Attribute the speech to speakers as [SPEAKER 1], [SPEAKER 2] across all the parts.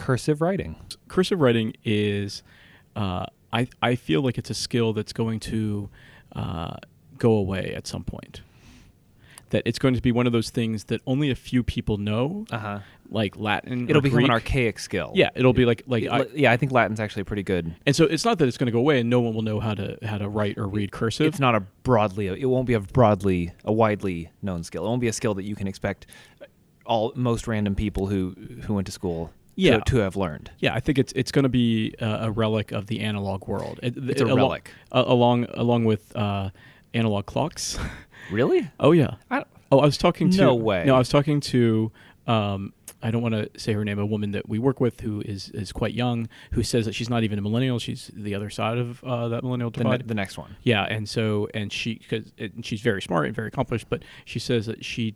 [SPEAKER 1] cursive writing?
[SPEAKER 2] cursive writing is uh, I, I feel like it's a skill that's going to uh, go away at some point that it's going to be one of those things that only a few people know
[SPEAKER 1] Uh huh.
[SPEAKER 2] like latin
[SPEAKER 1] It'll
[SPEAKER 2] Uh-huh. or
[SPEAKER 1] become an
[SPEAKER 2] Greek.
[SPEAKER 1] archaic skill.
[SPEAKER 2] yeah it'll be like like
[SPEAKER 1] It-
[SPEAKER 2] I,
[SPEAKER 1] yeah, I think Latin's actually pretty good.
[SPEAKER 2] and so it's not that it's going to go away and no one will know how to how to write or read cursive
[SPEAKER 1] It's not a broadly. It won't be a broadly, a widely known skill. It won't be a skill that you can expect all most random people who who went to school
[SPEAKER 2] Yeah.
[SPEAKER 1] to, to have learned.
[SPEAKER 2] Yeah, I think it's it's going to be uh, a relic of the analog world. It,
[SPEAKER 1] It's a
[SPEAKER 2] alo-
[SPEAKER 1] relic.
[SPEAKER 2] a- along along with uh, analog clocks.
[SPEAKER 1] Really?
[SPEAKER 2] oh yeah.
[SPEAKER 1] I don't-
[SPEAKER 2] oh, I was talking to
[SPEAKER 1] No way.
[SPEAKER 2] No, I was talking to um, I don't want to say her name, a woman that we work with who is is quite young, who says that she's not even a millennial. She's the other side of uh, that millennial
[SPEAKER 1] The, ne-
[SPEAKER 2] divide.
[SPEAKER 1] the next one.
[SPEAKER 2] Yeah, and so and she cause it, and she's very smart and very accomplished, but she says that she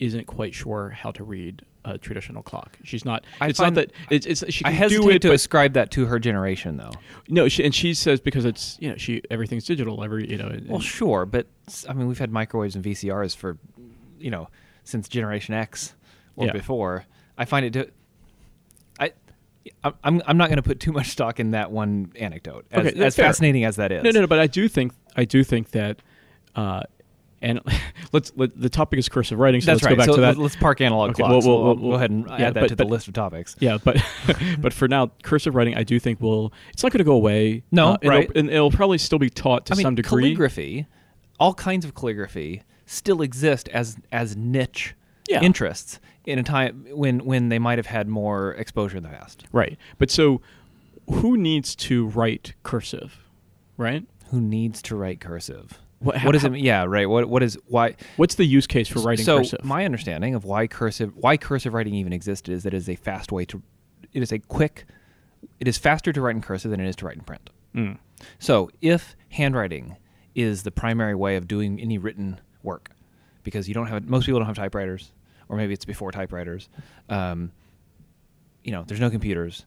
[SPEAKER 2] isn't quite sure how to read a traditional clock. She's not.
[SPEAKER 1] I
[SPEAKER 2] it's not
[SPEAKER 1] find-
[SPEAKER 2] that it's, it's she
[SPEAKER 1] I
[SPEAKER 2] can do
[SPEAKER 1] hesitate
[SPEAKER 2] it,
[SPEAKER 1] to
[SPEAKER 2] but-
[SPEAKER 1] ascribe that to her generation, though.
[SPEAKER 2] no, she, and she says because it's you know she everything's digital every you know. and-
[SPEAKER 1] Well, sure, but s- I mean, we've had microwaves and VCRs for, you know, since Generation X or
[SPEAKER 2] Yeah.
[SPEAKER 1] before. I find it. di- I, I- I'm I'm not going to put too much stock in that one anecdote. As,
[SPEAKER 2] Okay, that's
[SPEAKER 1] as
[SPEAKER 2] fair.
[SPEAKER 1] fascinating as that is.
[SPEAKER 2] no, no, no. But I do think I do think that, uh, and let's let, the topic is cursive writing. So
[SPEAKER 1] That's
[SPEAKER 2] let's
[SPEAKER 1] right.
[SPEAKER 2] go back
[SPEAKER 1] so
[SPEAKER 2] to that.
[SPEAKER 1] let- let's park analog
[SPEAKER 2] Okay,
[SPEAKER 1] clocks. We'll,
[SPEAKER 2] we'll- we'll-
[SPEAKER 1] we'll
[SPEAKER 2] we'll-
[SPEAKER 1] go ahead and
[SPEAKER 2] yeah,
[SPEAKER 1] add that
[SPEAKER 2] but-
[SPEAKER 1] to the
[SPEAKER 2] but-
[SPEAKER 1] list of topics.
[SPEAKER 2] yeah, but but for now, cursive writing I do think will it's not going to go away.
[SPEAKER 1] No,
[SPEAKER 2] it'll-
[SPEAKER 1] right.
[SPEAKER 2] and it'll probably still be taught to
[SPEAKER 1] I mean,
[SPEAKER 2] some degree.
[SPEAKER 1] calligraphy, all kinds of calligraphy, still exist as as niche
[SPEAKER 2] Yeah.
[SPEAKER 1] interests in a time when when they might have had more exposure in the past.
[SPEAKER 2] Right, but so who needs to write cursive, right?
[SPEAKER 1] who needs to write cursive?
[SPEAKER 2] What-
[SPEAKER 1] what does
[SPEAKER 2] how-
[SPEAKER 1] it mean? Yeah, right. What what is why?
[SPEAKER 2] What's the use case for writing
[SPEAKER 1] so
[SPEAKER 2] cursive?
[SPEAKER 1] my understanding of why cursive why cursive writing even existed is that it is a fast way to it is a quick it is faster to write in cursive than it is to write in print.
[SPEAKER 2] Mm.
[SPEAKER 1] So if handwriting is the primary way of doing any written work, because you don't have most people don't have typewriters, or maybe it's before typewriters, um, you know, there's no computers.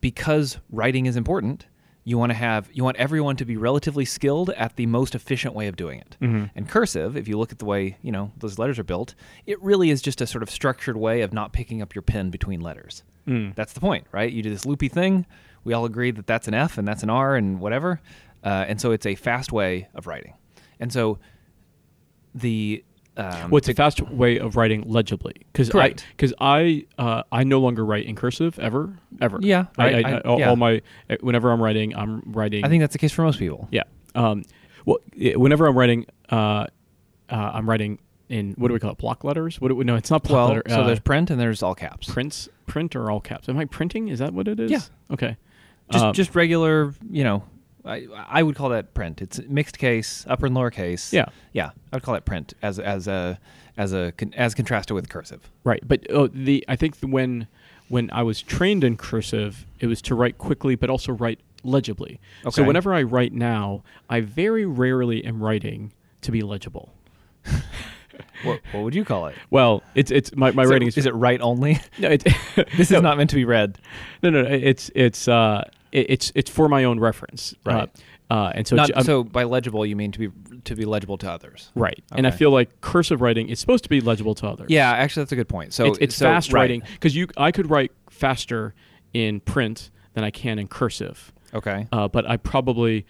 [SPEAKER 1] Because writing is important, you want to have you want everyone to be relatively skilled at the most efficient way of doing it.
[SPEAKER 2] Mhm.
[SPEAKER 1] And cursive, if you look at the way you know those letters are built, it really is just a sort of structured way of not picking up your pen between letters.
[SPEAKER 2] Mm.
[SPEAKER 1] That's the point, right? You do this loopy thing. We all agree that that's an F and that's an R and whatever. Uh, and so it's a fast way of writing. And so the. Um,
[SPEAKER 2] Well, it's a fast way of writing legibly because I
[SPEAKER 1] Correct.
[SPEAKER 2] because I uh, I no longer write in cursive ever ever.
[SPEAKER 1] Yeah,
[SPEAKER 2] I,
[SPEAKER 1] right,
[SPEAKER 2] I,
[SPEAKER 1] I-
[SPEAKER 2] all,
[SPEAKER 1] yeah.
[SPEAKER 2] all my eh, whenever I'm writing, I'm writing.
[SPEAKER 1] I think that's the case for most people.
[SPEAKER 2] yeah. Um, well, i- whenever I'm writing, uh, uh, I'm writing in what do we call it? Block letters? What do we, no, it's not block
[SPEAKER 1] Well,
[SPEAKER 2] letter.
[SPEAKER 1] so
[SPEAKER 2] uh,
[SPEAKER 1] there's print and there's all caps.
[SPEAKER 2] prints, print or all caps. Am I printing? Is that what it is?
[SPEAKER 1] Yeah.
[SPEAKER 2] Okay.
[SPEAKER 1] Just,
[SPEAKER 2] Um,
[SPEAKER 1] just regular, you know, I, I would call that print. It's mixed case, upper and lower case.
[SPEAKER 2] Yeah.
[SPEAKER 1] Yeah. I would call that print as, as a, as a, con- as contrasted with cursive.
[SPEAKER 2] Right, but oh, the I think th- when when I was trained in cursive, it was to write quickly, but also write legibly. So
[SPEAKER 1] Okay.
[SPEAKER 2] whenever I write now, I very rarely am writing to be legible.
[SPEAKER 1] What, what would you call it?
[SPEAKER 2] Well, it's it's my, my
[SPEAKER 1] is
[SPEAKER 2] writing
[SPEAKER 1] it,
[SPEAKER 2] is
[SPEAKER 1] is it right only?
[SPEAKER 2] no, it,
[SPEAKER 1] this is not meant to be read.
[SPEAKER 2] no no no, it's it's uh it, it's it's for my own reference
[SPEAKER 1] Right.
[SPEAKER 2] uh, uh, and so
[SPEAKER 1] Not-
[SPEAKER 2] j- I'm-
[SPEAKER 1] so by legible you mean to be to be legible to others.
[SPEAKER 2] right and I
[SPEAKER 1] Okay.
[SPEAKER 2] feel like cursive writing is supposed to be legible to others.
[SPEAKER 1] Yeah, actually that's a good point. So
[SPEAKER 2] it's, it's
[SPEAKER 1] so-
[SPEAKER 2] fast
[SPEAKER 1] right.
[SPEAKER 2] writing because you I could write faster in print than I can in cursive.
[SPEAKER 1] Okay.
[SPEAKER 2] uh, but I probably,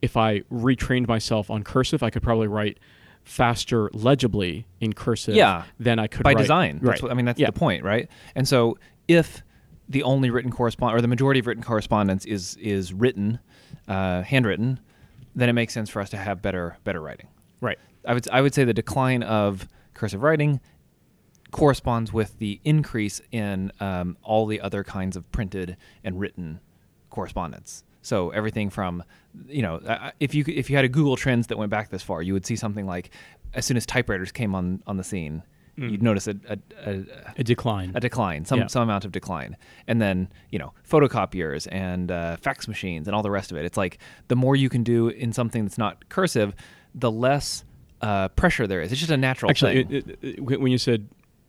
[SPEAKER 2] if I retrained myself on cursive, I could probably write faster legibly in cursive
[SPEAKER 1] Yeah.
[SPEAKER 2] than I could
[SPEAKER 1] by
[SPEAKER 2] write-
[SPEAKER 1] design.
[SPEAKER 2] Right.
[SPEAKER 1] That's what, I mean that's
[SPEAKER 2] Yeah.
[SPEAKER 1] the point, right? And so if the only written correspond or the majority of written correspondence is is written, uh, handwritten, then it makes sense for us to have better better writing.
[SPEAKER 2] Right.
[SPEAKER 1] I would I would say the decline of cursive writing corresponds with the increase in um, all the other kinds of printed and written correspondence. So everything from you know I- I- if you if you had a Google Trends that went back this far, you would see something like as soon as typewriters came on on the scene, you'd notice a, a, a
[SPEAKER 2] A decline.
[SPEAKER 1] a decline, some
[SPEAKER 2] Yeah.
[SPEAKER 1] some amount of decline, and then you know photocopiers and uh, fax machines and all the rest of it. It's like the more you can do in something that's not cursive, the less uh, pressure there is. It's just a natural
[SPEAKER 2] Actually,
[SPEAKER 1] thing.
[SPEAKER 2] it- it- it- when when you said,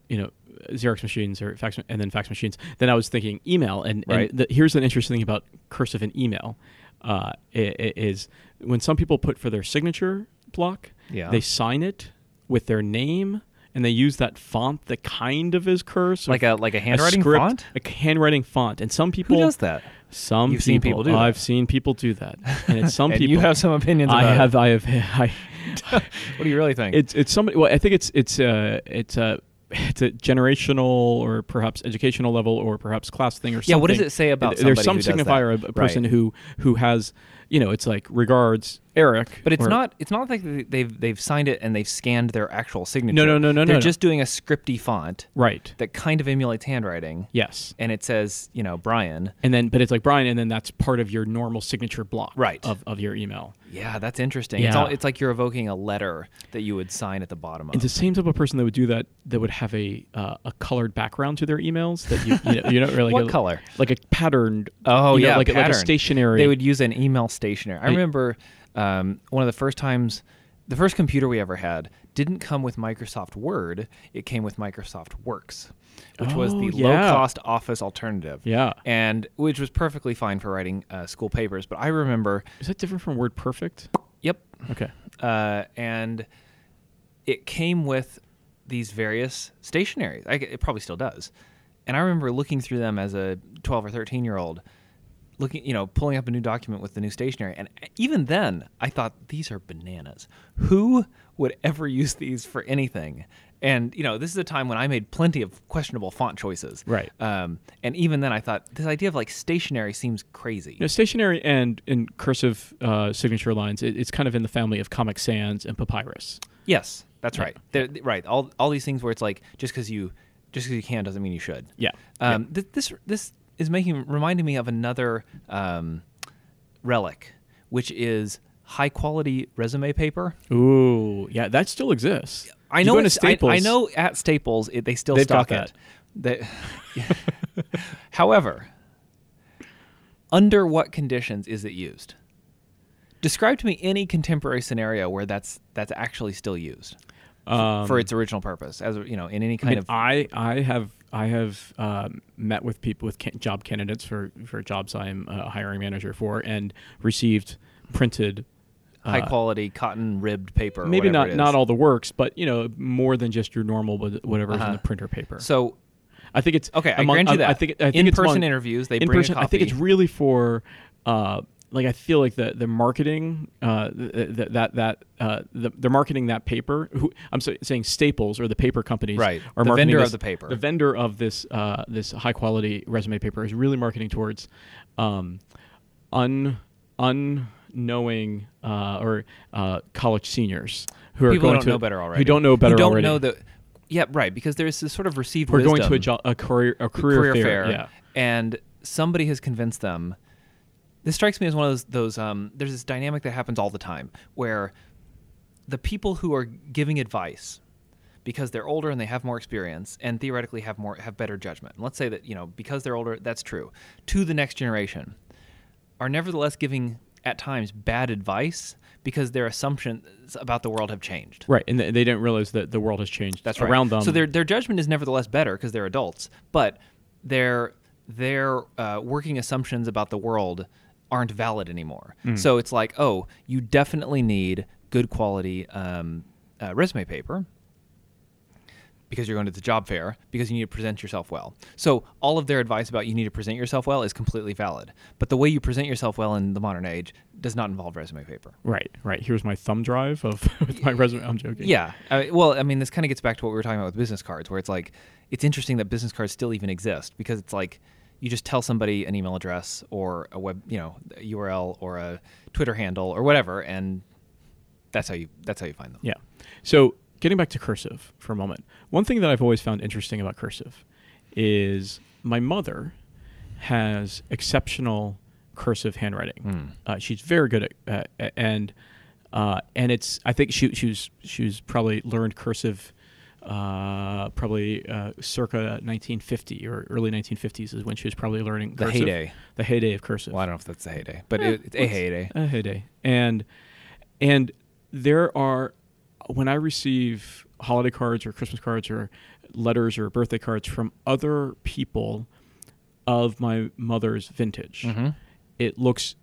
[SPEAKER 2] you know, Xerox machines or fax ma- and then fax machines, then I was thinking email. And, and
[SPEAKER 1] Right.
[SPEAKER 2] the, here's an interesting thing about cursive in email, uh, i- i- is when some people put for their signature block,
[SPEAKER 1] Yeah.
[SPEAKER 2] they sign it with their name and they use that font that kind of is cursive,
[SPEAKER 1] Like a- like a handwriting
[SPEAKER 2] script,
[SPEAKER 1] font?
[SPEAKER 2] a handwriting font. And some people
[SPEAKER 1] Who does that?
[SPEAKER 2] Some
[SPEAKER 1] You've seen people do that.
[SPEAKER 2] I've seen people do that, and it's some
[SPEAKER 1] And you
[SPEAKER 2] people.
[SPEAKER 1] have some opinions
[SPEAKER 2] I
[SPEAKER 1] about it.
[SPEAKER 2] have. I have. I,
[SPEAKER 1] What do you really think?
[SPEAKER 2] it's it's somebody. Well, I think it's it's uh it's a it's a generational or perhaps educational level or perhaps class thing or something.
[SPEAKER 1] Yeah, what does it say about
[SPEAKER 2] There's some
[SPEAKER 1] somebody who does that?
[SPEAKER 2] signifier of a
[SPEAKER 1] Right.
[SPEAKER 2] person who who has you know it's like regards Eric,
[SPEAKER 1] But it's
[SPEAKER 2] or-
[SPEAKER 1] not. It's not like they- they've they've signed it and they've scanned their actual signature.
[SPEAKER 2] no, no, no,
[SPEAKER 1] They're
[SPEAKER 2] no.
[SPEAKER 1] just doing a scripty font
[SPEAKER 2] right.
[SPEAKER 1] that kind of emulates handwriting,
[SPEAKER 2] Yes.
[SPEAKER 1] and it says, you know, Brian.
[SPEAKER 2] And then, but it's like Brian, and then that's part of your normal signature block
[SPEAKER 1] Right.
[SPEAKER 2] of, of your email.
[SPEAKER 1] Yeah, that's interesting. It's,
[SPEAKER 2] Yeah.
[SPEAKER 1] all, it's like you're evoking a letter that you would sign at the bottom of.
[SPEAKER 2] It's the same type of person that would do that. That would have a uh, a colored background to their emails. That you you know, you're not really
[SPEAKER 1] What color?
[SPEAKER 2] Like a patterned.
[SPEAKER 1] Oh
[SPEAKER 2] you know,
[SPEAKER 1] yeah,
[SPEAKER 2] like, a- like a
[SPEAKER 1] pattern.
[SPEAKER 2] stationary.
[SPEAKER 1] They would use an email stationery. I remember um, one of the first times, the first computer we ever had didn't come with Microsoft Word. It came with Microsoft Works, which was
[SPEAKER 2] Oh,
[SPEAKER 1] the
[SPEAKER 2] yeah.
[SPEAKER 1] low-cost Office alternative.
[SPEAKER 2] Yeah.
[SPEAKER 1] and which was perfectly fine for writing uh, school papers. But I remember,
[SPEAKER 2] Is that different from Word Perfect?
[SPEAKER 1] yep,
[SPEAKER 2] Okay.
[SPEAKER 1] uh, and it came with these various stationaries. I, it probably still does. And I remember looking through them as a 12 or 13 year old, looking, you know, pulling up a new document with the new stationery. And even then, I thought these are bananas. Who would ever use these for anything? And you know, this is a time when I made plenty of questionable font choices.
[SPEAKER 2] Right.
[SPEAKER 1] Um, and even then, I thought this idea of like stationery seems crazy.
[SPEAKER 2] No, stationary and and cursive uh, signature lines. It, it's kind of in the family of Comic Sans and Papyrus.
[SPEAKER 1] Yes, that's right. They're, right. All all these things where it's like just because you just because you can doesn't mean you should.
[SPEAKER 2] Yeah.
[SPEAKER 1] Um, Th- this this is making reminding me of another um, relic, which is high quality resume paper.
[SPEAKER 2] Ooh, yeah, that still exists.
[SPEAKER 1] I
[SPEAKER 2] You
[SPEAKER 1] know.
[SPEAKER 2] go into
[SPEAKER 1] it's- I- I,
[SPEAKER 2] Staples-
[SPEAKER 1] know at Staples it, they still
[SPEAKER 2] They've
[SPEAKER 1] stock
[SPEAKER 2] got
[SPEAKER 1] it. They- however, under what conditions is it used? Describe to me any contemporary scenario where that's that's actually still used
[SPEAKER 2] Um,
[SPEAKER 1] for its original purpose, as you know, in any
[SPEAKER 2] I
[SPEAKER 1] kind
[SPEAKER 2] mean, uh,
[SPEAKER 1] of
[SPEAKER 2] I I have I have um, met with people with can- job candidates for for jobs I'm uh, a hiring manager for, and received printed. uh,
[SPEAKER 1] high quality cotton ribbed paper. or
[SPEAKER 2] Maybe
[SPEAKER 1] whatever
[SPEAKER 2] not
[SPEAKER 1] it is.
[SPEAKER 2] not all the works, but you know more than just your normal wh- whatever's
[SPEAKER 1] Uh-huh.
[SPEAKER 2] in the printer paper.
[SPEAKER 1] So
[SPEAKER 2] I think it's
[SPEAKER 1] Okay, I
[SPEAKER 2] among-
[SPEAKER 1] grant you
[SPEAKER 2] I
[SPEAKER 1] that.
[SPEAKER 2] think I think it's
[SPEAKER 1] In-person
[SPEAKER 2] among-
[SPEAKER 1] interviews, they
[SPEAKER 2] in
[SPEAKER 1] bring a
[SPEAKER 2] person. I think
[SPEAKER 1] copy.
[SPEAKER 2] it's really for, uh, like I feel like the the marketing, uh, th- th- that that uh, the, they're marketing that paper. Who I'm sa- saying Staples or the paper companies,
[SPEAKER 1] Right.
[SPEAKER 2] Are
[SPEAKER 1] The
[SPEAKER 2] marketing
[SPEAKER 1] vendor of
[SPEAKER 2] this-
[SPEAKER 1] the paper.
[SPEAKER 2] The vendor of this uh, this high quality resume paper is really marketing towards, um, un unknowing uh, or uh, college seniors who are
[SPEAKER 1] people who
[SPEAKER 2] going
[SPEAKER 1] don't
[SPEAKER 2] to
[SPEAKER 1] know better already.
[SPEAKER 2] who don't know better
[SPEAKER 1] Who don't
[SPEAKER 2] already.
[SPEAKER 1] know that. Yeah, right. Because there's this sort of received.
[SPEAKER 2] we're going to a,
[SPEAKER 1] wisdom.
[SPEAKER 2] jo- a career a career,
[SPEAKER 1] career,
[SPEAKER 2] fair,
[SPEAKER 1] fair,
[SPEAKER 2] yeah.
[SPEAKER 1] and somebody has convinced them. This strikes me as one of those. those um, there's this dynamic that happens all the time where the people who are giving advice because they're older and they have more experience and theoretically have more have better judgment. And let's say that you know because they're older, that's true to the next generation, are nevertheless giving at times bad advice because their assumptions about the world have changed.
[SPEAKER 2] Right, and th- they didn't realize that the world has changed
[SPEAKER 1] That's right.
[SPEAKER 2] around them.
[SPEAKER 1] So their their judgment is nevertheless better because they're adults, but their their uh, working assumptions about the world aren't valid anymore.
[SPEAKER 2] Hmm.
[SPEAKER 1] So it's like, oh, you definitely need good quality um, uh, resume paper because you're going to the job fair because you need to present yourself well. So all of their advice about you need to present yourself well is completely valid, but the way you present yourself well in the modern age does not involve resume paper.
[SPEAKER 2] right, right. Here's my thumb drive of with my resume. I'm joking.
[SPEAKER 1] Yeah. I, well, I mean, this kind of gets back to what we were talking about with business cards, where it's like, it's interesting that business cards still even exist because it's like, you just tell somebody an email address or a web, you know, a URL or a Twitter handle or whatever, and that's how you that's how you find them.
[SPEAKER 2] yeah. So getting back to cursive for a moment, one thing that I've always found interesting about cursive is my mother has exceptional cursive handwriting.
[SPEAKER 1] Hmm.
[SPEAKER 2] Uh, she's very good at uh, and uh, and it's I think she she was she was probably learned cursive. Uh, probably uh, circa 1950 or early 1950s is when she was probably learning
[SPEAKER 1] The
[SPEAKER 2] cursive.
[SPEAKER 1] heyday.
[SPEAKER 2] The heyday of cursive.
[SPEAKER 1] Well, I don't know if that's a heyday, but
[SPEAKER 2] Eh,
[SPEAKER 1] it, it's a
[SPEAKER 2] let's-
[SPEAKER 1] heyday.
[SPEAKER 2] A heyday. And and there are when I receive holiday cards or Christmas cards or letters or birthday cards from other people of my mother's vintage, it looks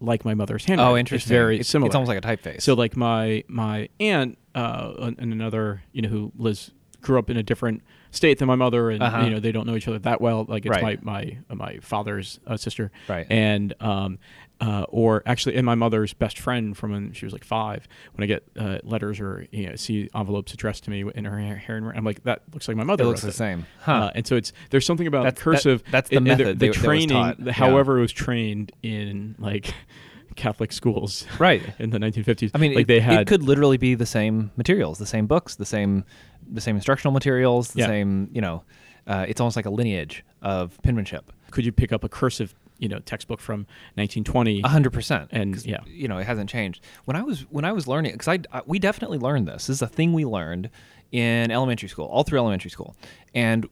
[SPEAKER 2] like my mother's handwriting.
[SPEAKER 1] Mm-hmm. Oh, interesting.
[SPEAKER 2] It's very
[SPEAKER 1] it's,
[SPEAKER 2] similar.
[SPEAKER 1] It's almost like a typeface.
[SPEAKER 2] So like my my aunt uh, an- and another, you know, who lives grew up in a different state than my mother, and
[SPEAKER 1] Uh-huh.
[SPEAKER 2] you know they don't know each other that well. Like it's
[SPEAKER 1] Right.
[SPEAKER 2] my my uh, my father's uh, sister,
[SPEAKER 1] Right.
[SPEAKER 2] And um, uh, or actually, and my mother's best friend from when she was like five. When I get uh, letters or you know see envelopes addressed to me in her hair, hair and I'm like, that looks like my mother.
[SPEAKER 1] It looks
[SPEAKER 2] wrote
[SPEAKER 1] the
[SPEAKER 2] that."
[SPEAKER 1] same.
[SPEAKER 2] Uh,
[SPEAKER 1] Huh.
[SPEAKER 2] and so it's there's something about
[SPEAKER 1] That's- that-
[SPEAKER 2] cursive.
[SPEAKER 1] that's the
[SPEAKER 2] and- and
[SPEAKER 1] method that-
[SPEAKER 2] the,
[SPEAKER 1] that was
[SPEAKER 2] training,
[SPEAKER 1] taught.
[SPEAKER 2] the-
[SPEAKER 1] Yeah.
[SPEAKER 2] however, it was trained in like Catholic schools,
[SPEAKER 1] Right.
[SPEAKER 2] In the 1950s,
[SPEAKER 1] I mean,
[SPEAKER 2] like
[SPEAKER 1] it,
[SPEAKER 2] they had
[SPEAKER 1] it could literally be the same materials, the same books, the same the same instructional materials, the
[SPEAKER 2] Yeah.
[SPEAKER 1] same you know. Uh, it's almost like a lineage of penmanship.
[SPEAKER 2] could you pick up a cursive, you know, textbook from 1920?
[SPEAKER 1] A hundred percent.
[SPEAKER 2] And,
[SPEAKER 1] 'Cause,
[SPEAKER 2] yeah.
[SPEAKER 1] you know, it hasn't changed. When I was when I was learning, because I, I- we definitely learned this. This is a thing we learned in elementary school, all through elementary school, and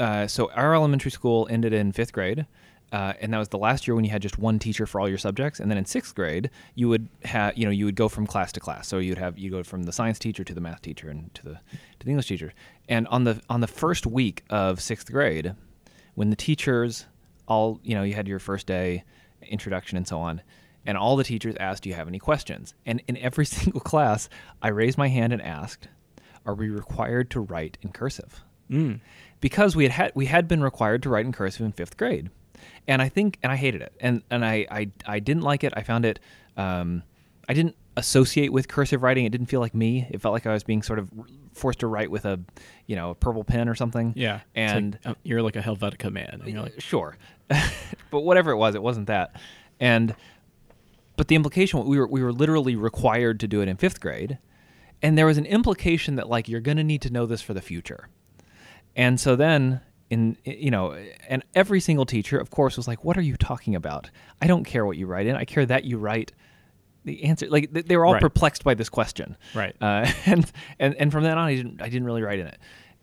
[SPEAKER 1] uh, so our elementary school ended in fifth grade. Uh, and that was the last year when you had just one teacher for all your subjects, and then in sixth grade you would have you know you would go from class to class. So you'd have you go from the science teacher to the math teacher and to the to the English teacher. And on the on the first week of sixth grade, when the teachers all you know you had your first day introduction and so on and all the teachers asked do you have any questions and in every single class i raised my hand and asked are we required to write in cursive
[SPEAKER 2] Mm.
[SPEAKER 1] because we had, had we had been required to write in cursive in fifth grade, and I think and I hated it, and and I I, I didn't like it. I found it, um, I didn't associate with cursive writing. It didn't feel like me. It felt like I was being sort of forced to write with a, you know, a purple pen or something.
[SPEAKER 2] Yeah, It's like,
[SPEAKER 1] and
[SPEAKER 2] uh, you're like a Helvetica man, and you're like,
[SPEAKER 1] sure, but whatever it was, it wasn't that, and but the implication we were we were literally required to do it in fifth grade, and there was an implication that like you're going to need to know this for the future, and so then in you know and every single teacher of course was like what are you talking about i don't care what you write in i care that you write the answer like they, they were all
[SPEAKER 2] Right.
[SPEAKER 1] perplexed by this question
[SPEAKER 2] Right.
[SPEAKER 1] uh, and and and from then on i didn't i didn't really write in it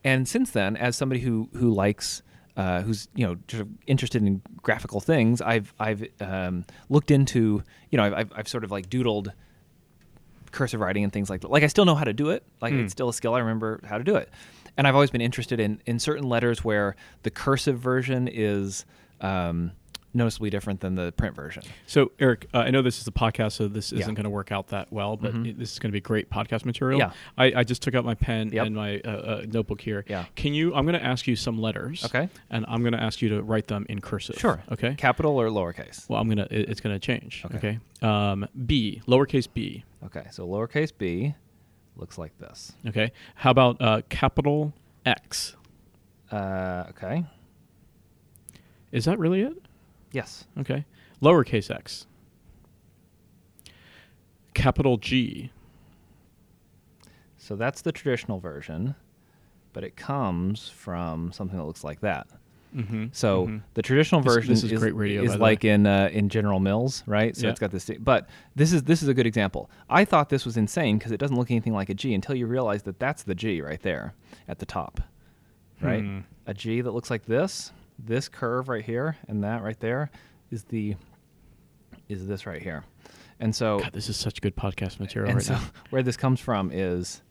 [SPEAKER 1] and since then as somebody who who likes uh, who's you know sort of interested in graphical things i've i've um, looked into you know I've, I've i've sort of like doodled cursive writing and things like that. Like I still know how to do it. Like it's
[SPEAKER 2] Hmm.
[SPEAKER 1] still a skill I remember how to do it. And I've always been interested in in certain letters where the cursive version is um, noticeably different than the print version.
[SPEAKER 2] So, Eric, uh, I know this is a podcast, so this
[SPEAKER 1] Yeah. Mm-hmm.
[SPEAKER 2] isn't going to work out that well, but it- this is going to be great podcast material.
[SPEAKER 1] Yeah.
[SPEAKER 2] I, I just took out my pen
[SPEAKER 1] Yep.
[SPEAKER 2] and my uh, uh, notebook here.
[SPEAKER 1] Yeah.
[SPEAKER 2] Can you? I'm going to ask you some letters.
[SPEAKER 1] Okay.
[SPEAKER 2] And I'm going to ask you to write them in cursive. Okay.
[SPEAKER 1] Capital or lowercase.
[SPEAKER 2] well, I'm gonna. It, it's gonna change.
[SPEAKER 1] Okay.
[SPEAKER 2] Okay. Um, B, lowercase b.
[SPEAKER 1] Okay. So lowercase b looks like this.
[SPEAKER 2] Okay. How about uh, capital X?
[SPEAKER 1] Uh, okay.
[SPEAKER 2] Is that really it?
[SPEAKER 1] Yes.
[SPEAKER 2] Okay. Lowercase x. Capital G.
[SPEAKER 1] So that's the traditional version, but it comes from something that looks like that.
[SPEAKER 2] Mm-hmm.
[SPEAKER 1] So the traditional
[SPEAKER 2] This-
[SPEAKER 1] version
[SPEAKER 2] this is great radio,
[SPEAKER 1] is
[SPEAKER 2] by the
[SPEAKER 1] like in uh, in General Mills, right? So
[SPEAKER 2] Yeah.
[SPEAKER 1] it's got this. But this is this is a good example. I thought this was insane because it doesn't look anything like a G until you realize that that's the G right there at the top, right?
[SPEAKER 2] Hmm.
[SPEAKER 1] A G that looks like this, this curve right here, and that right there is the is this right here, and so
[SPEAKER 2] God, this is such good podcast material
[SPEAKER 1] and
[SPEAKER 2] right
[SPEAKER 1] so
[SPEAKER 2] now.
[SPEAKER 1] where this comes from is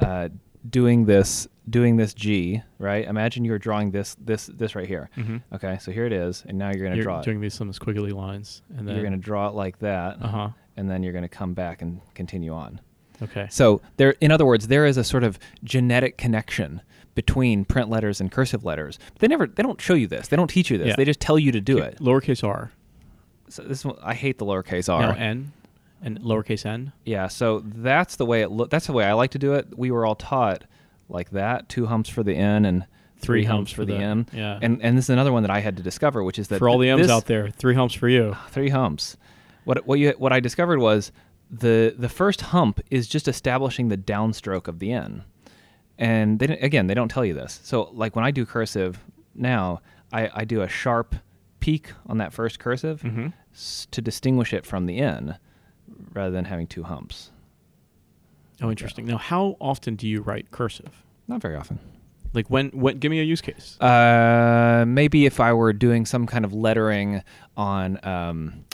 [SPEAKER 1] uh, doing this doing this G right. Imagine you're drawing this this this right here.
[SPEAKER 2] Mhm.
[SPEAKER 1] Okay, so here it is, and now you're gonna
[SPEAKER 2] You're
[SPEAKER 1] draw
[SPEAKER 2] doing these some squiggly lines, and
[SPEAKER 1] it.
[SPEAKER 2] then
[SPEAKER 1] You're gonna draw it like that,
[SPEAKER 2] Uh huh.
[SPEAKER 1] and then you're gonna come back and continue on.
[SPEAKER 2] Okay.
[SPEAKER 1] So there, in other words, there is a sort of genetic connection between print letters and cursive letters. They never, they don't show you this. They don't teach you this.
[SPEAKER 2] Yeah.
[SPEAKER 1] They just tell you to do
[SPEAKER 2] Okay,
[SPEAKER 1] it.
[SPEAKER 2] Lowercase r.
[SPEAKER 1] So this one, I hate the lowercase r.
[SPEAKER 2] Now n, and lowercase n.
[SPEAKER 1] Yeah, so that's the way it look. That's the way I like to do it. We were all taught like that: two humps for the N and three, humps, for the, M.
[SPEAKER 2] yeah.
[SPEAKER 1] and and this is another one that I had to discover, which is that
[SPEAKER 2] For all the
[SPEAKER 1] th-
[SPEAKER 2] m's
[SPEAKER 1] this- Ah,
[SPEAKER 2] out there, three humps for you.
[SPEAKER 1] three humps. What what you what I discovered was the the first hump is just establishing the downstroke of the N, and they didn't- again they don't tell you this. So like when I do cursive now, I I do a sharp peak on that first cursive
[SPEAKER 2] Mhm.
[SPEAKER 1] s- to distinguish it from the N, rather than having two humps.
[SPEAKER 2] Oh, interesting. Now, how often do you write cursive?
[SPEAKER 1] Not very often.
[SPEAKER 2] Like when? When? Give me a use case.
[SPEAKER 1] Uh, maybe if I were doing some kind of lettering on um,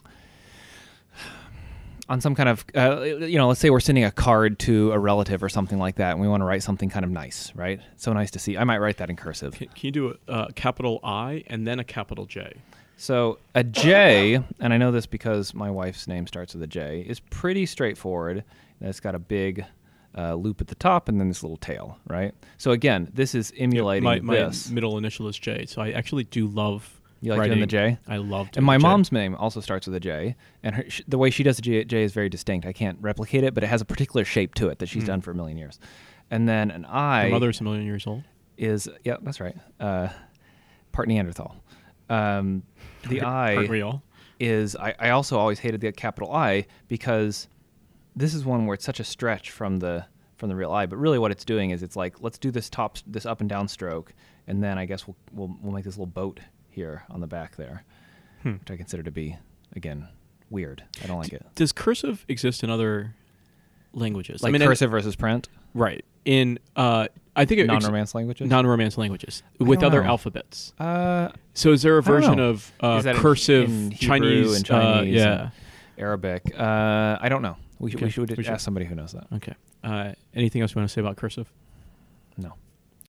[SPEAKER 1] on some kind of uh, you know, let's say we're sending a card to a relative or something like that, and we want to write something kind of nice, right? So nice to see. I might write that in cursive.
[SPEAKER 2] Can, can you do a uh, capital I and then a capital J?
[SPEAKER 1] So a J, and I know this because my wife's name starts with a J, is pretty straightforward. It's got a big uh, loop at the top and then this little tail, right? So again, this is emulating
[SPEAKER 2] my, my
[SPEAKER 1] this.
[SPEAKER 2] middle initial is J, so I actually do love.
[SPEAKER 1] You like doing the J?
[SPEAKER 2] writing. I love. doing
[SPEAKER 1] and my
[SPEAKER 2] J.
[SPEAKER 1] mom's name also starts with a J, and her, sh- the way she does the J, J is very distinct. I can't replicate it, but it has a particular shape to it that she's done for a million years. And then an I
[SPEAKER 2] My mother's a million years old.
[SPEAKER 1] is yeah, that's right, uh, part Neanderthal. Um, the I
[SPEAKER 2] Aren't we all?
[SPEAKER 1] is I, I also always hated the capital I because this is one where it's such a stretch from the from the real I. But really, what it's doing is it's like let's do this top this up and down stroke, and then I guess we'll we'll, we'll make this little boat here on the back there,
[SPEAKER 2] Hmm.
[SPEAKER 1] which I consider to be again weird. I don't like it.
[SPEAKER 2] Does cursive exist in other languages?
[SPEAKER 1] Like
[SPEAKER 2] I mean, I-
[SPEAKER 1] cursive versus print,
[SPEAKER 2] right? In uh, I think it ex-
[SPEAKER 1] non-romance languages.
[SPEAKER 2] non-Romance languages with
[SPEAKER 1] don't
[SPEAKER 2] other
[SPEAKER 1] know.
[SPEAKER 2] alphabets.
[SPEAKER 1] uh,
[SPEAKER 2] So is there a
[SPEAKER 1] don't
[SPEAKER 2] version
[SPEAKER 1] know.
[SPEAKER 2] of uh,
[SPEAKER 1] Is that in-
[SPEAKER 2] cursive
[SPEAKER 1] in Hebrew
[SPEAKER 2] Chinese?
[SPEAKER 1] and
[SPEAKER 2] uh,
[SPEAKER 1] Chinese
[SPEAKER 2] yeah.
[SPEAKER 1] and Arabic. Uh, I don't know. We should, we
[SPEAKER 2] Okay.
[SPEAKER 1] should
[SPEAKER 2] We should-
[SPEAKER 1] ask somebody who knows that.
[SPEAKER 2] Okay. Uh, anything else you want to say about cursive?
[SPEAKER 1] No.